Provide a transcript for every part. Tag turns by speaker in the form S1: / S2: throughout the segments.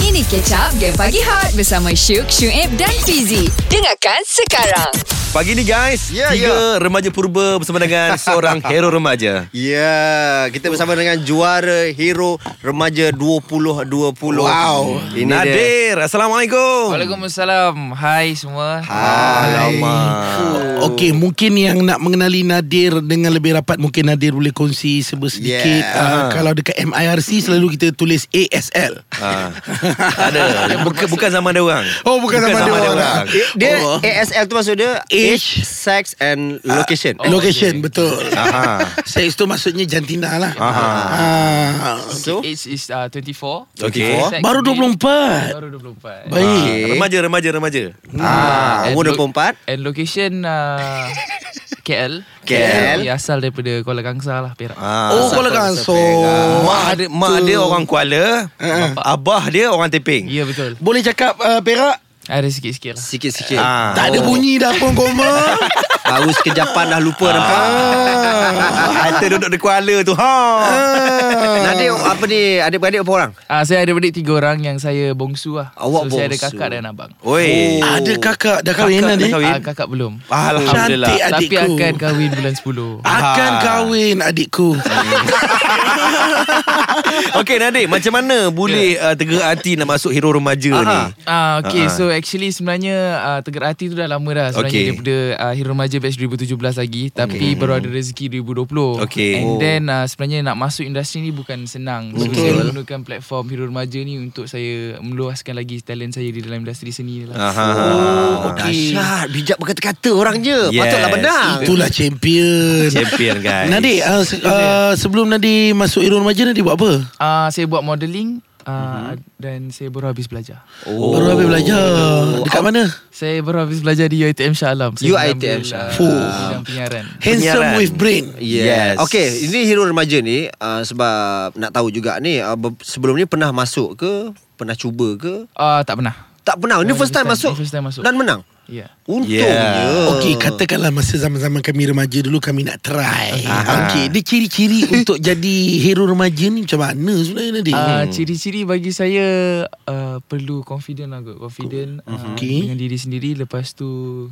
S1: Ini Catch Up Game Pagi Hot Bersama Syuk, Syuib dan Fizi Dengarkan sekarang
S2: Pagi ni guys
S3: Ya,
S2: Tiga remaja purba Bersama dengan seorang hero remaja
S3: Ya, yeah, kita bersama dengan juara hero remaja 2020. Wow. Ini dia.
S2: Nadir Assalamualaikum
S4: Oh. Waalaikumsalam Hai semua
S2: Alamak
S5: Oh, Okey, mungkin yang nak mengenali Nadir dengan lebih rapat mungkin Nadir boleh kongsi serba sedikit.
S3: Yeah.
S5: Yeah. Uh, kalau dekat MIRC selalu kita tulis ASL.
S2: ha. Ada bukan, bukan zaman dia orang Ah,
S5: Oh, bukan zaman dia orang.
S3: Eh, Dia
S5: Oh.
S3: ASL tu maksud dia
S5: Age.
S3: age, sex and location.
S5: Oh, Location okay. betul.
S2: Aha.
S5: Seks tu maksudnya jantina lah.
S2: Aha.
S5: Ah.
S3: So,
S4: Age is uh, 24
S2: Okay.
S4: Sex
S5: Baru
S4: male,
S5: 24.
S4: Baru 24
S5: Baik.
S3: Okay.
S2: Remaja remaja remaja
S3: ah,
S4: and
S3: umur
S4: lo-
S3: 24.
S4: And location uh, KL
S3: KL.
S4: Dia asal daripada Kuala Kangsar lah
S3: Ah,
S4: Perak
S2: ha.
S5: Oh, kalau kan so
S2: Mak dia, mak dia orang Kuala
S3: Uh-uh.
S2: Abah dia orang Teping
S4: Ya betul
S5: boleh cakap uh, Perak?
S4: Ada sikit-sikit lah
S3: Sikit-sikit.
S2: Ah.
S5: Tak ada bunyi dah pun koma.
S3: Baru sekejapan dah lupa nampak.
S2: Kita Ah, duduk di Kuala tu ha.
S3: Nadir apa ni? Adik-beradik berapa orang?
S4: uh, Saya ada adik tiga orang yang saya bongsu lah
S3: Awak
S4: So saya ada
S3: bongsu.
S4: kakak dan abang
S2: Oi
S3: Oh.
S5: Ada kakak dah kahwin kan, eh?
S2: Kakak dah
S5: Nadir.
S2: kahwin.
S4: Ah, Kakak belum
S2: Alhamdulillah
S5: Cantik.
S4: Tapi
S5: adikku.
S4: akan kahwin bulan 10
S5: Akan
S2: Ah.
S5: kahwin adikku.
S2: Okey Nadir Macam mana boleh
S3: Ya.
S2: uh, Tegak hati nak masuk hero remaja ni
S4: Ah
S2: Ah,
S4: okay
S2: ah.
S4: so actually sebenarnya uh, Tegar Hati tu dah lama dah sebenarnya
S2: Okay.
S4: okay. daripada uh, Hero Remaja batch 2017 lagi tapi okay. baru ada rezeki 2020.
S2: Okay.
S4: And
S2: Oh.
S4: then uh, sebenarnya nak masuk industri ni bukan senang. So, saya menggunakan platform Hero Remaja ni untuk saya meluaskan lagi talent saya di dalam industri seni ni lah.
S2: Aha.
S3: Oh. Okay. Dahsyat. Bijak berkata-kata orang je.
S2: Yes.
S3: Patutlah benang.
S5: Itulah champion.
S2: Champion guys
S5: Nadir, uh, se- uh, sebelum Nadir masuk Hero Remaja, Nadir buat apa?
S4: Uh, saya buat modeling uh, dan saya baru habis belajar.
S5: Oh. Baru habis belajar. Dekat mana?
S4: Saya baru habis belajar di UiTM Shah Alam. Saya
S3: UiTM
S4: mengambil,
S3: Shah
S4: ah,
S5: Fuh.
S4: bidang penyiaran.
S5: Handsome
S2: Penyiaran.
S5: with brain.
S3: Yes.
S2: Yes.
S3: Okay, ini hero remaja ni uh, sebab nak tahu juga ni uh, be- sebelum ni pernah masuk ke, pernah cuba ke?
S4: Ah tak pernah.
S3: Tak pernah. Ini
S4: No,
S3: Oh, first time
S4: first
S3: masuk.
S4: time. Ini first time masuk.
S3: Dan menang.
S4: Ya. Yeah.
S3: Untungnya.
S2: Yeah.
S5: Okey, katakanlah masa zaman-zaman kami remaja dulu kami nak try. Okey, dia ciri-ciri untuk jadi hero remaja ni macam mana sebenarnya Nadir?
S4: Uh,
S3: Hmm.
S4: ciri-ciri bagi saya uh, perlu confident lah kot. Confident uh,
S5: Okay.
S4: dengan diri sendiri lepas tu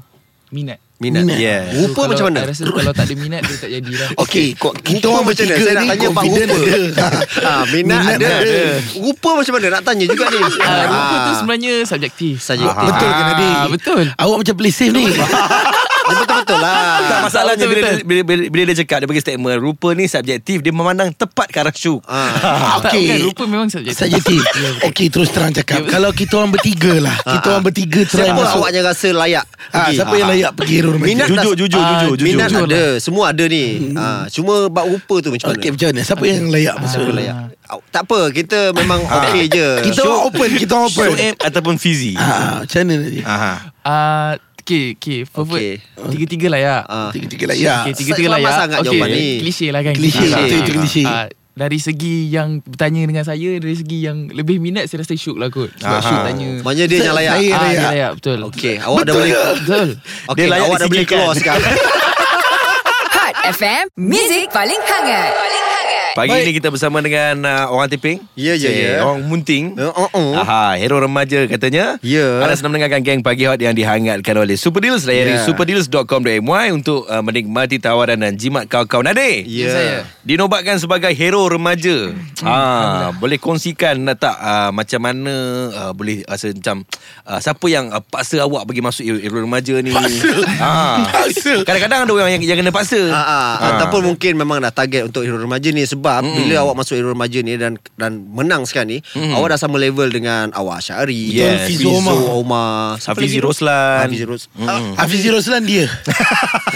S4: minat.
S3: Minat.
S5: Minat.
S2: Yes.
S4: So,
S3: Rupa
S4: kalau-
S3: macam mana?
S4: I rasa kalau tak ada minat dia tak jadi lah.
S5: Okey,
S3: kok-
S5: kita
S3: rupa
S5: orang
S3: macam mana?
S5: bertiga
S3: Saya nak
S5: ni
S3: tanya Pak
S5: confident
S3: Rupa.
S5: ada.
S3: ha, minat,
S5: Minat
S3: ada.
S5: ada.
S3: Rupa macam mana? Nak tanya juga ni. Ah,
S4: Uh, rupa tu sebenarnya subjektif.
S3: saja.
S5: Ah, Betul ke Nadir?
S4: Ah, betul.
S5: Awak macam play safe ni.
S3: Betul-betul
S2: Tak
S3: lah.
S2: masalahnya
S4: Ah, Betul,
S2: bila,
S4: betul.
S2: bila, bila, bila dia cakap Dia bagi statement Rupa ni subjektif Dia memandang tepat ke arah syuk
S3: Ah.
S5: Okey.
S4: Tak, bukan, rupa memang subjektif.
S5: Subjektif. Okey, terus terang cakap. Kalau kita orang bertiga lah, kita orang bertiga try
S3: Siapa
S5: masuk.
S3: awaknya rasa layak?
S5: Ah,
S3: pergi?
S5: siapa yang layak pergi hero remaja?
S3: Minat
S2: Jujur,
S3: tak-
S2: jujur,
S4: Ah,
S2: jujur, jujur.
S3: Minat
S4: Jujur
S3: ada. Semua ada ni. Ah, cuma bab rupa tu macam mana?
S5: Okey, macam mana? Siapa yang layak masuk?
S3: Betul layak. Au, Tak apa, kita memang okey je.
S5: Kita orang open, kita orang open.
S2: Syuk eh, ataupun Fizi
S5: Ah, macam mana Nadir?
S2: Aha.
S4: Ah, okay, okay. Perfect.
S3: Okey.
S4: Tiga-tiga lah ya.
S3: Ah.
S5: Tiga-tiga layak.
S4: Okay, tiga-tiga lah ya.
S3: Selamat sangat jawapan ni.
S4: klise lah kan.
S5: Klise,
S4: Ah,
S3: betul,
S4: ah,
S3: itu
S5: klise.
S4: ah, dari segi yang bertanya dengan saya, dari segi yang lebih minat, saya rasa syuk lah kot. Sebab
S2: Aha.
S4: syuk tanya.
S3: Maknanya Ah, dia yang layak.
S5: Saya
S4: ah,
S5: layak.
S4: dia layak, betul.
S3: Okey, awak dah boleh
S4: Betul.
S3: Okey,
S2: Dia layak
S3: awak dah boleh
S2: disingkirkan.
S3: keluar sekarang.
S1: Hot FM Music paling hangat Paling hangat
S2: Pagi ni kita bersama dengan uh, Orang Teping
S3: Ya, ya,
S2: Eh,
S3: ya.
S2: Orang Munting
S3: Eh, oh, oh.
S2: Aha, Hero remaja katanya
S3: Ya.
S2: Anda sedang mendengarkan Gang Pagi Hot Yang dihangatkan oleh Super Deals Layari
S3: Ya.
S2: superdeals.com.my Untuk uh, menikmati tawaran dan jimat kau-kau Nadir
S3: Ya. Hmm.
S4: saya.
S2: Dinobatkan sebagai hero remaja. ha, boleh kongsikan tak uh, macam mana uh, boleh rasa macam uh, siapa yang uh, paksa awak pergi masuk hero, hero remaja ni? Paksa. Ha. Kadang-kadang ada orang yang, yang kena paksa.
S3: Ah, ah, Ataupun mungkin memang dah target untuk hero remaja ni sebab bila awak masuk hero remaja ni dan dan menang sekarang ni, awak dah sama level dengan awak Syari,
S2: Yes.
S3: Fizo
S5: Fizo
S3: Omar,
S5: Omar.
S3: Omar siapa
S2: Hafizi
S3: lagi tu?
S2: Roslan.
S3: Hafizi Ros. Ah,
S5: Hafizi Roslan dia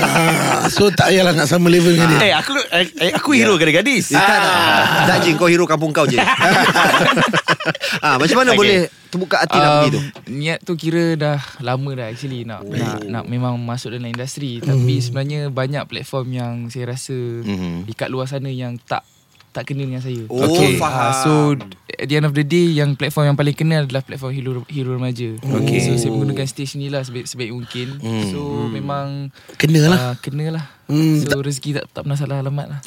S5: ah, So tak payahlah nak sama level dengan dia
S2: Eh aku eh, eh,
S4: Ya.
S2: aku hero gadis-gadis.
S3: eh, tak, tak. Tak Jin, kau hero kampung kau je. ah, macam mana
S2: Okay.
S3: boleh terbuka hati
S4: Um,
S3: nak pergi tu?
S4: Niat tu kira dah lama dah actually nak nak, nak memang masuk dalam industri tapi sebenarnya banyak platform yang saya rasa
S2: Mhm.
S4: dekat luar sana yang tak tak kena dengan saya.
S3: Oh,
S2: Okay.
S4: Ah,
S3: faham.
S4: so at the end of the day yang platform yang paling kenal adalah platform Hero, Hero Remaja.
S2: Okay.
S4: So saya menggunakan stage ni lah sebaik, sebaik mungkin.
S2: Hmm.
S4: So memang
S5: Kena lah.
S4: ah, kena lah.
S5: Hmm.
S4: So rezeki tak, tak pernah salah alamat lah.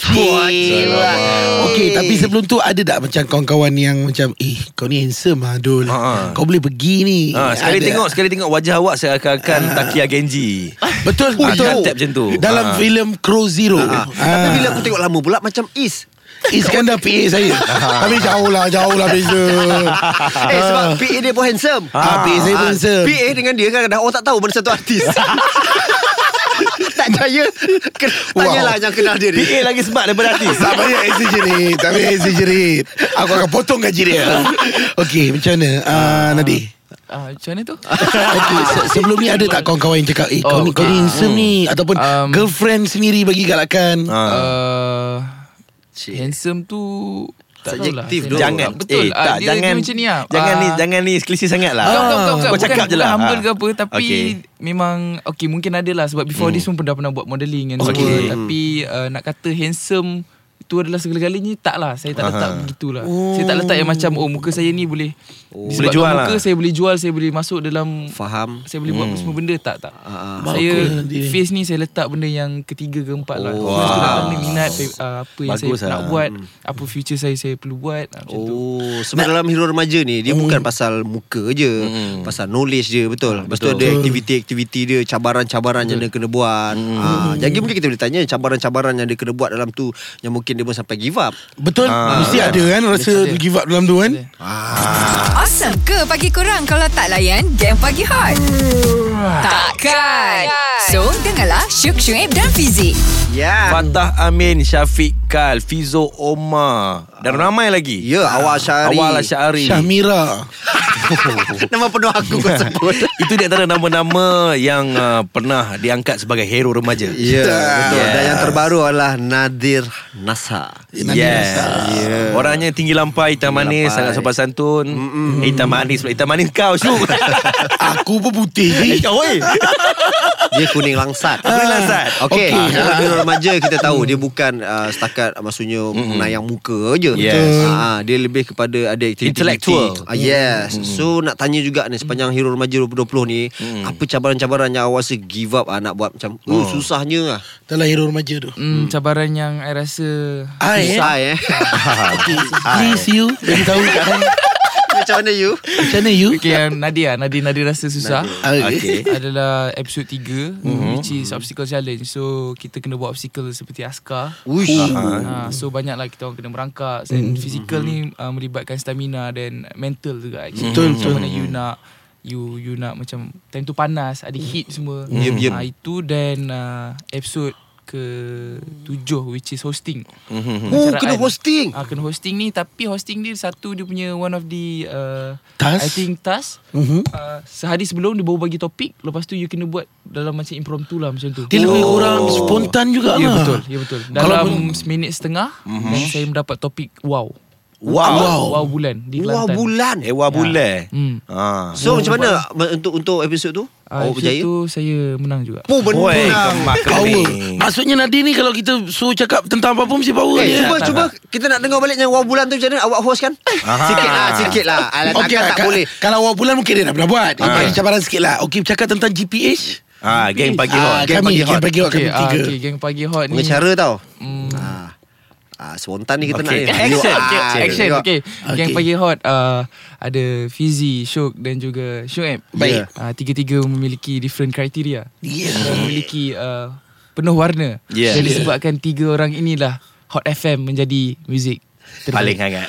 S5: Okay tapi sebelum tu Ada tak macam kawan-kawan yang Macam eh kau ni handsome lah Dul
S2: Ha.
S5: Kau boleh pergi ni
S2: Ha, sekali
S5: Ada.
S2: tengok Sekali tengok wajah awak Seakan-akan
S4: Ah.
S2: Takia Genji
S5: Betul
S2: Ah,
S5: betul
S2: dia tap macam tu.
S5: Dalam
S2: Ah.
S5: filem Crow Zero
S3: Ah. Tapi bila aku tengok lama pula Macam is
S5: Iskandar PA saya Tapi jauh lah Jauh lah beza
S3: Eh sebab PA dia pun handsome
S5: Ah, PA saya pun
S3: Ah,
S5: handsome.
S3: PA dengan dia kan Orang tak tahu Benda satu artis Tak percaya Ken- Tanyalah
S5: Wow.
S3: lah yang kenal dia ni
S2: PA lagi smart daripada artis
S5: Tak payah AC jerit Tak payah AC jerit Aku akan potong gaji dia Okay macam mana uh, Nadi
S4: Ah, macam mana tu?
S5: Okay se- sebelum ni ada tak kawan-kawan yang cakap Eh kau
S4: Oh,
S5: ni kau ni
S4: okay.
S5: handsome ni Ataupun
S4: Um,
S5: girlfriend sendiri bagi galakan
S2: ha.
S4: Uh, handsome tu tak tahulah.
S3: Subjektif
S4: Saya
S3: tu.
S4: tak
S2: Jangan
S4: tahu. lah. Betul Ah,
S2: eh, tak,
S4: dia,
S2: jangan,
S4: dia macam ni lah
S2: Jangan
S4: Ah,
S2: ni Jangan ni klise sangat lah
S4: Bukan, bukan, bukan,
S2: Kau
S4: bukan,
S2: cakap
S4: bukan,
S2: je lah
S4: humble
S2: Ah.
S4: ke apa Tapi
S2: Okey.
S4: memang Okay mungkin ada lah Sebab before
S2: Hmm.
S4: this pun pernah, pernah buat modelling and
S2: Okey.
S4: semua Tapi uh, nak kata handsome Itu adalah segala-galanya Tak lah Saya tak letak
S2: Aha.
S4: begitulah Saya tak letak yang macam Oh muka saya ni boleh oh.
S2: Boleh jual
S4: muka
S2: lah.
S4: saya boleh jual Saya boleh masuk dalam
S3: Faham
S4: Saya boleh buat semua benda Tak tak
S3: Ah,
S4: Saya
S5: Bagus.
S4: Face ni saya letak benda yang Ketiga keempat lah
S2: Oh.
S4: First tu
S2: Wow.
S4: dah benda minat pe- uh, Apa yang
S2: Bagus
S4: saya nak
S2: lah.
S3: Hmm.
S4: buat Apa future saya saya perlu buat ah, Macam tu
S3: Oh, sebab dalam hero remaja ni dia bukan pasal muka je, pasal knowledge je Hmm. Ah, betul. Lepas tu ada aktiviti-aktiviti dia, cabaran-cabaran yang dia kena buat. Ah, jadi mungkin kita boleh tanya cabaran-cabaran yang dia kena buat dalam tu yang mungkin dia pun sampai give up.
S5: Betul
S2: Ah.
S5: Mesti ada kan Rasa
S4: Ada.
S5: give up dalam tu kan
S4: Ada.
S1: Awesome ke pagi korang kalau tak layan game pagi hot? Takkan. So, dengarlah Syuk Syuib dan Fizik.
S3: Ya.
S2: Fatah Amin Syafiq Kal Fizo Omar Dan ramai lagi
S3: Ya, awal Syahari.
S2: Awal lah Syahari
S5: Syamira
S3: Nama penuh aku kau sebut.
S2: Itu di antara nama-nama Yang uh, pernah diangkat sebagai hero remaja
S3: Ya, betul. Dan
S2: Yes.
S3: yang terbaru adalah Nadir Nasa.
S2: Yes. Yeah. Orangnya tinggi lampai, hitam manis,
S3: lampai.
S2: sangat sopan santun. Mm-mm. Hitam manis, pula. hitam manis kau, Syuk.
S5: Aku pun putih je
S2: Eh, kau, weh.
S3: Dia kuning langsat. Ah.
S2: Kuning langsat.
S3: Okey,
S5: Okey.
S3: okay. dalam biro remaja kita tahu dia bukan uh, setakat uh, maksudnya menayang muka je.
S2: Yes.
S3: Ah, dia lebih kepada ada aktiviti.
S2: Intellectual.
S3: Ah, yes. So nak tanya juga ni sepanjang hero remaja 2020 ni, apa cabaran-cabaran yang awak rasa give up ah, nak buat macam Mm. oh. susahnya ah.
S5: Dalam hero remaja tu
S4: Hmm, cabaran yang I rasa
S5: I eh
S3: Susah eh.
S5: Okay, Please you Bagi tahu kat I.
S3: macam mana you?
S5: Macam mana you
S4: Okay yang Nadia Nadia Nadia rasa susah
S2: Okay.
S4: adalah episod 3 mm-hmm. which is obstacle challenge. So kita kena buat obstacle seperti askar.
S3: Uish.
S4: Ha, so banyaklah kita orang kena merangkak dan mm-hmm. fizikal ni uh, melibatkan stamina dan mental juga actually.
S5: Betul,
S4: Macam mana you nak you you nak macam time tu panas, ada heat semua.
S3: Yep, yep.
S4: Ah, itu dan uh, episod ke tujuh which is hosting. Mm-hmm.
S3: Oh, kena hosting.
S4: Ah, kena hosting ni tapi hosting ni satu dia punya one of the uh,
S5: Task?
S4: I think task.
S5: Mhm.
S4: Uh, sehari sebelum dia baru bagi topik, lepas tu you kena buat dalam macam impromptu lah macam tu.
S5: Dia lebih kurang spontan juga
S4: Ya
S5: lah
S4: betul, ya betul. Dalam minit setengah dan saya mendapat topik wow.
S5: Ah,
S2: Wow.
S4: Wow bulan di
S3: Wah,
S4: Kelantan.
S3: bulan.
S2: Ewa bule.
S4: Hmm.
S2: Ha.
S3: So macam mana ma- untuk untuk episod tu? awak
S4: Ah,
S3: Oh, berjaya?
S4: tu saya menang juga.
S3: Oh,
S2: Woi, kemak Ha,
S5: Power
S2: kening.
S5: Maksudnya Nadir ni Kalau kita suruh cakap Tentang apa pun Mesti power
S3: Eh,
S5: dia.
S3: cuba
S4: tak,
S3: cuba kita nak dengar balik yang wah bulan tu macam mana awak host kan?
S2: Aha.
S3: Sikit lah, sikit lah. Alah, takkan
S5: Okey lah,
S3: tak
S5: ka-
S3: boleh. Ah.
S5: Kalau awal bulan mungkin dia dah pernah buat Okey cabaran sikit lah Okey cakap tentang GPH
S2: Ha, geng pagi hot.
S5: Ah,
S3: geng
S5: Kami
S3: pagi hot.
S5: Geng pagi hot kami
S4: okay, ah,
S5: tiga
S4: okay, geng pagi hot ni.
S3: Pengacara tau.
S4: Hmm.
S3: Ah. Ah, spontan ni kita
S2: Okey.
S3: nak ni.
S2: Action,
S3: Ah,
S2: okey,
S3: dia
S4: Action
S3: tengok.
S4: okay. Geng
S5: Okay.
S4: pagi hot uh, Ada Fizi Syuk Dan juga Syuib
S3: Baik.
S4: uh, Tiga-tiga memiliki Different criteria
S5: Yeah.
S4: Dan memiliki uh, Penuh warna
S2: Yeah.
S4: Dan disebabkan Tiga orang inilah Hot FM menjadi Muzik
S2: Paling hangat.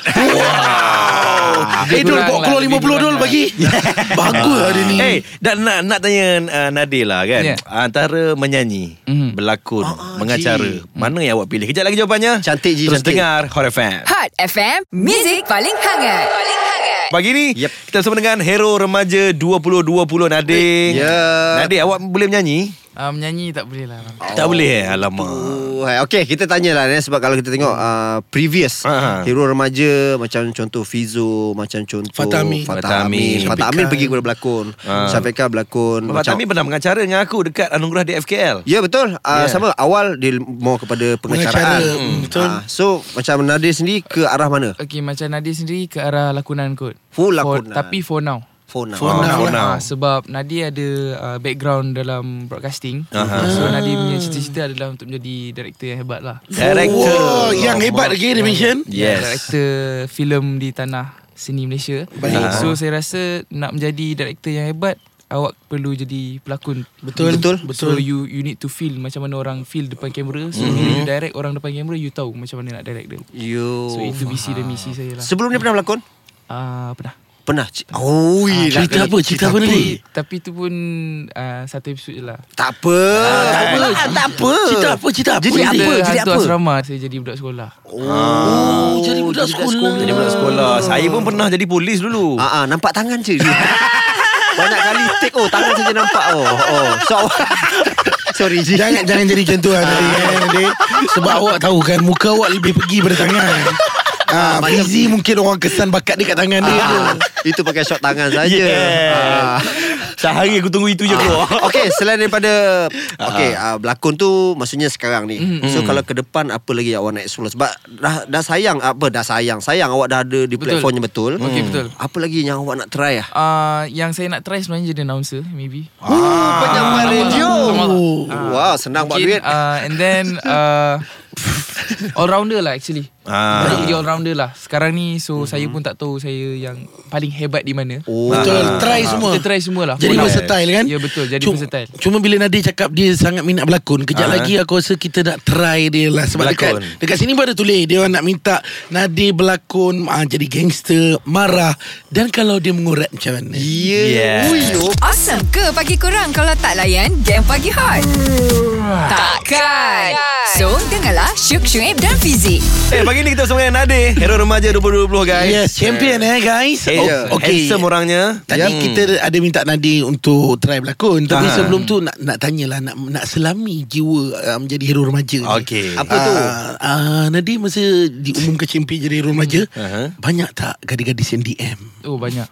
S3: Ah,
S5: Wow. Eh Dul
S4: kurang
S5: bawa
S4: lah,
S5: keluar
S4: lebih
S5: 50 Dul
S4: kurang
S5: bagi
S3: lah.
S5: Bagus hari ni
S2: Eh, dan nak nak tanya uh, Nadir lah kan.
S4: Ya.
S2: Antara menyanyi,
S4: Mhm.
S2: berlakon, mengacara, mana yang awak pilih? Kejap lagi jawapannya.
S3: Cantik, Ji,
S2: Terus
S3: cantik.
S2: dengar Hot FM.
S1: Hot FM, Music paling hangat. Paling hangat.
S2: Pagi ni
S3: Yep.
S2: Kita bersama dengan Hero Remaja 2020 Nadir
S3: Ya.
S2: Nadir awak boleh menyanyi?
S4: uh, Menyanyi Um, tak boleh lah
S2: Oh, tak boleh eh? Alamak
S3: Tuhan. Okay, kita tanyalah eh, sebab kalau kita tengok uh, previous
S2: Ah.
S3: hero remaja macam contoh Fizo, macam contoh
S5: Fatah Amin.
S2: Fatah
S3: Fatah
S2: Amin.
S3: Amin. Fatah Amin pergi kepada berlakon.
S2: Ah.
S3: Syafiqah berlakon.
S2: Bapak
S3: Macam-
S2: Tami pernah mengacara dengan aku Dekat Anugerah di FKL
S3: Ya betul uh,
S2: Yeah.
S3: yeah. Sama awal Dia more kepada pengacaraan
S5: Pengacara, mm, betul.
S3: Ah, So macam Nadir sendiri Ke arah mana?
S4: Okay macam Nadia sendiri ke arah lakonan kot
S3: Full
S4: For-
S3: lakonan.
S4: Tapi for now
S3: Phone now
S5: For
S2: Ah,
S5: now
S2: for
S5: lah.
S2: now.
S4: Ah, sebab Nadia ada uh, background dalam broadcasting.
S2: Aha.
S4: Uh-huh. So Nadia punya cita-cita adalah untuk menjadi director yang hebat lah.
S2: Director
S5: Wah, yang hebat lagi dia mention.
S2: Yes.
S4: Director filem di tanah seni Malaysia.
S5: Baik. Ah.
S4: So saya rasa nak menjadi director yang hebat awak perlu jadi pelakon.
S5: Betul.
S3: Betul.
S4: So
S5: Betul. Mhm.
S4: you you need to feel macam mana orang feel depan kamera. So mm-hmm. bila you direct orang depan kamera you tahu macam mana nak direct dia.
S3: You
S4: So
S5: Oh.
S4: itu visi dan misi saya lah.
S3: Sebelum ni pernah berlakon?
S4: Ah uh, pernah.
S3: Pernah Oh ah,
S5: Cerita apa? Cerita apa ni?
S4: Tapi tu pun uh, satu episod je lah.
S3: Tak apa
S5: Ah.
S3: Tak apa lah, Tak apa
S5: Cerita apa? Cerita apa?
S3: Jadi
S5: Jadi
S3: apa?
S4: Kita
S3: Jadi
S4: hantu
S3: apa?
S4: asrama Saya jadi budak sekolah
S5: Oh, jadi budak sekolah.
S2: Jadi budak sekolah Saya pun pernah jadi polis dulu
S3: Ah, ah, Nampak tangan je dia. Banyak kali take Oh tangan saja nampak Oh, oh. So awak- Sorry Ji Ah,
S5: Jangan jangan jadi macam tu lah tadi kan Adik. Sebab awak tahu kan Muka awak lebih pergi pada tangan Ah, Fizi mungkin orang kesan bakat dia kat tangan dia tu.
S3: Ah, Itu pakai shot tangan saja
S2: Yeah.
S3: ya. Ah.
S2: Sehari aku tunggu itu je keluar
S3: Ah, okay selain daripada Okay uh, Berlakon tu Maksudnya sekarang ni So kalau ke depan Apa lagi yang awak nak explore Sebab dah, dah sayang ah, Apa dah sayang Sayang awak dah ada Di
S4: Betul.
S3: platform yang betul Hmm.
S4: Okey, betul.
S3: Apa lagi yang awak nak try lah
S4: uh, Yang saya nak try sebenarnya Jadi announcer maybe
S3: Oh penyampai radio
S4: Oh.
S3: Wah senang buat duit
S4: uh, And then uh, All rounder lah actually
S2: Ah.
S4: Saya jadi all rounder lah Sekarang ni So saya pun tak tahu Saya yang Paling hebat di mana
S3: Oh
S5: Betul Try semua
S4: Kita try semua lah For
S5: Jadi
S4: now.
S5: versatile kan
S4: Ya betul Jadi
S5: Cuma-
S4: versatile
S5: Cuma bila Nadia cakap Dia sangat minat berlakon
S2: Ah.
S5: Kejap lagi aku rasa Kita nak try dia lah Sebab
S2: Berlakon.
S5: dekat Dekat sini pun ada tulis Dia orang nak minta Nadia berlakon ah, Jadi gangster Marah Dan kalau dia mengurat macam mana
S3: Ya
S2: Yeah.
S3: Ui, oh.
S1: Awesome ke pagi korang kalau tak layan game pagi hot? Takkan. So, dengarlah Syuk Syuib dan Fizik.
S2: Eh pagi ni kita bersama dengan Nadir Hero Remaja 2020 guys
S5: Yes champion eh guys
S2: Eh,
S5: Okay
S2: Handsome orangnya
S5: Tadi yeah. kita ada minta Nadi untuk try berlakon Tapi
S2: Hmm. Ah.
S5: sebelum tu nak nak tanyalah Nak nak selami jiwa uh, menjadi hero remaja ni.
S2: Okey.
S3: Apa tu?
S5: Ah, ah, Nadi masa diumumkan champion jadi hero remaja
S2: Aha.
S5: Banyak tak gadis-gadis yang DM?
S4: Oh banyak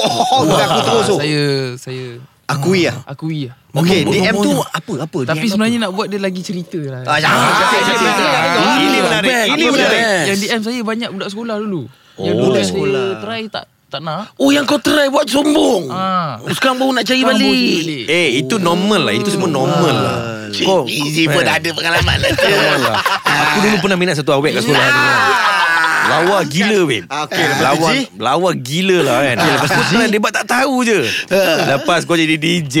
S3: Wah, Aku terus
S4: Ah,
S3: oh.
S4: Saya Saya
S3: Akui lah
S4: Akui lah
S3: Okay
S5: Nombor-
S3: DM tu
S5: nombor-
S3: Apa apa
S4: Tapi
S3: DM
S4: sebenarnya nak buat dia lagi cerita lah
S3: Ah, jangan, jangan, jangan, jangan, jangan.
S2: Ini menarik
S5: Best.
S2: Ini
S5: Apa
S2: menarik
S5: best?
S4: Yang DM saya banyak budak sekolah dulu
S2: Oh.
S4: Yang dulu
S2: Budak
S4: saya
S3: sekolah.
S4: try tak tak nak
S5: Oh yang kau try buat sombong Oh,
S4: Ah.
S5: Sekarang baru nak cari
S4: Sekarang
S5: balik
S4: baru cari balik.
S2: Eh itu normal lah Itu semua normal lah
S5: Ah. Cik, Easy pun dah ada pengalaman lah tu.
S2: Alah. Aku dulu pernah minat satu awet kat sekolah dulu.
S5: Ah.
S2: Lawa gila weh.
S3: Ah, Okey, lepas Ah, tu,
S2: lawa
S3: Ji?
S2: lawa gila lah kan. Okay, lepas tu kan debat tak tahu je.
S3: Ha.
S2: Lepas kau jadi DJ.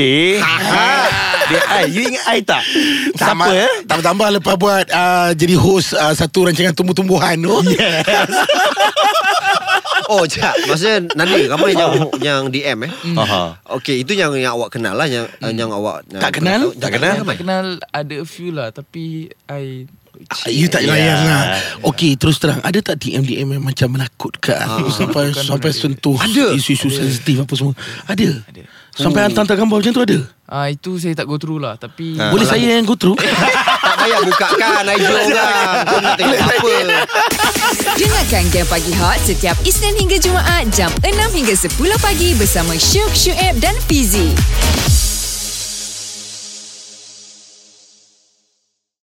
S2: Dia ai, you ingat ai tak? Siapa
S5: Tambah-
S2: eh?
S5: Tambah-tambah lepas buat ah, Jadi host ah, Satu rancangan tumbuh-tumbuhan tu
S2: Yes.
S3: Oh jap Maksudnya Nadir Ramai yang yang DM eh
S2: Aha.
S3: Okay itu yang yang awak kenal lah Yang hmm. yang awak
S5: Tak kenal?
S3: Tak
S2: kenal?
S4: Tak kenal ada a few lah Tapi I
S5: Ah, You tak
S2: Yeah.
S5: layan lah Okay terus terang Ada tak DM-DM yang macam menakutkan Sampai
S4: Bukan
S5: sampai
S4: ada.
S5: sentuh
S3: Ada.
S5: Isu-isu sensitif apa semua Ada Sampai hantar-hantar gambar macam tu ada
S4: uh, Itu saya tak go through lah Tapi
S2: Ah.
S5: Boleh saya yang go through
S3: Tak payah bukakan IG orang Kau nak tengok apa
S1: Dengarkan game pagi hot setiap Isnin hingga Jumaat jam 6 hingga 10 pagi bersama Syuk Syuib dan Fizik.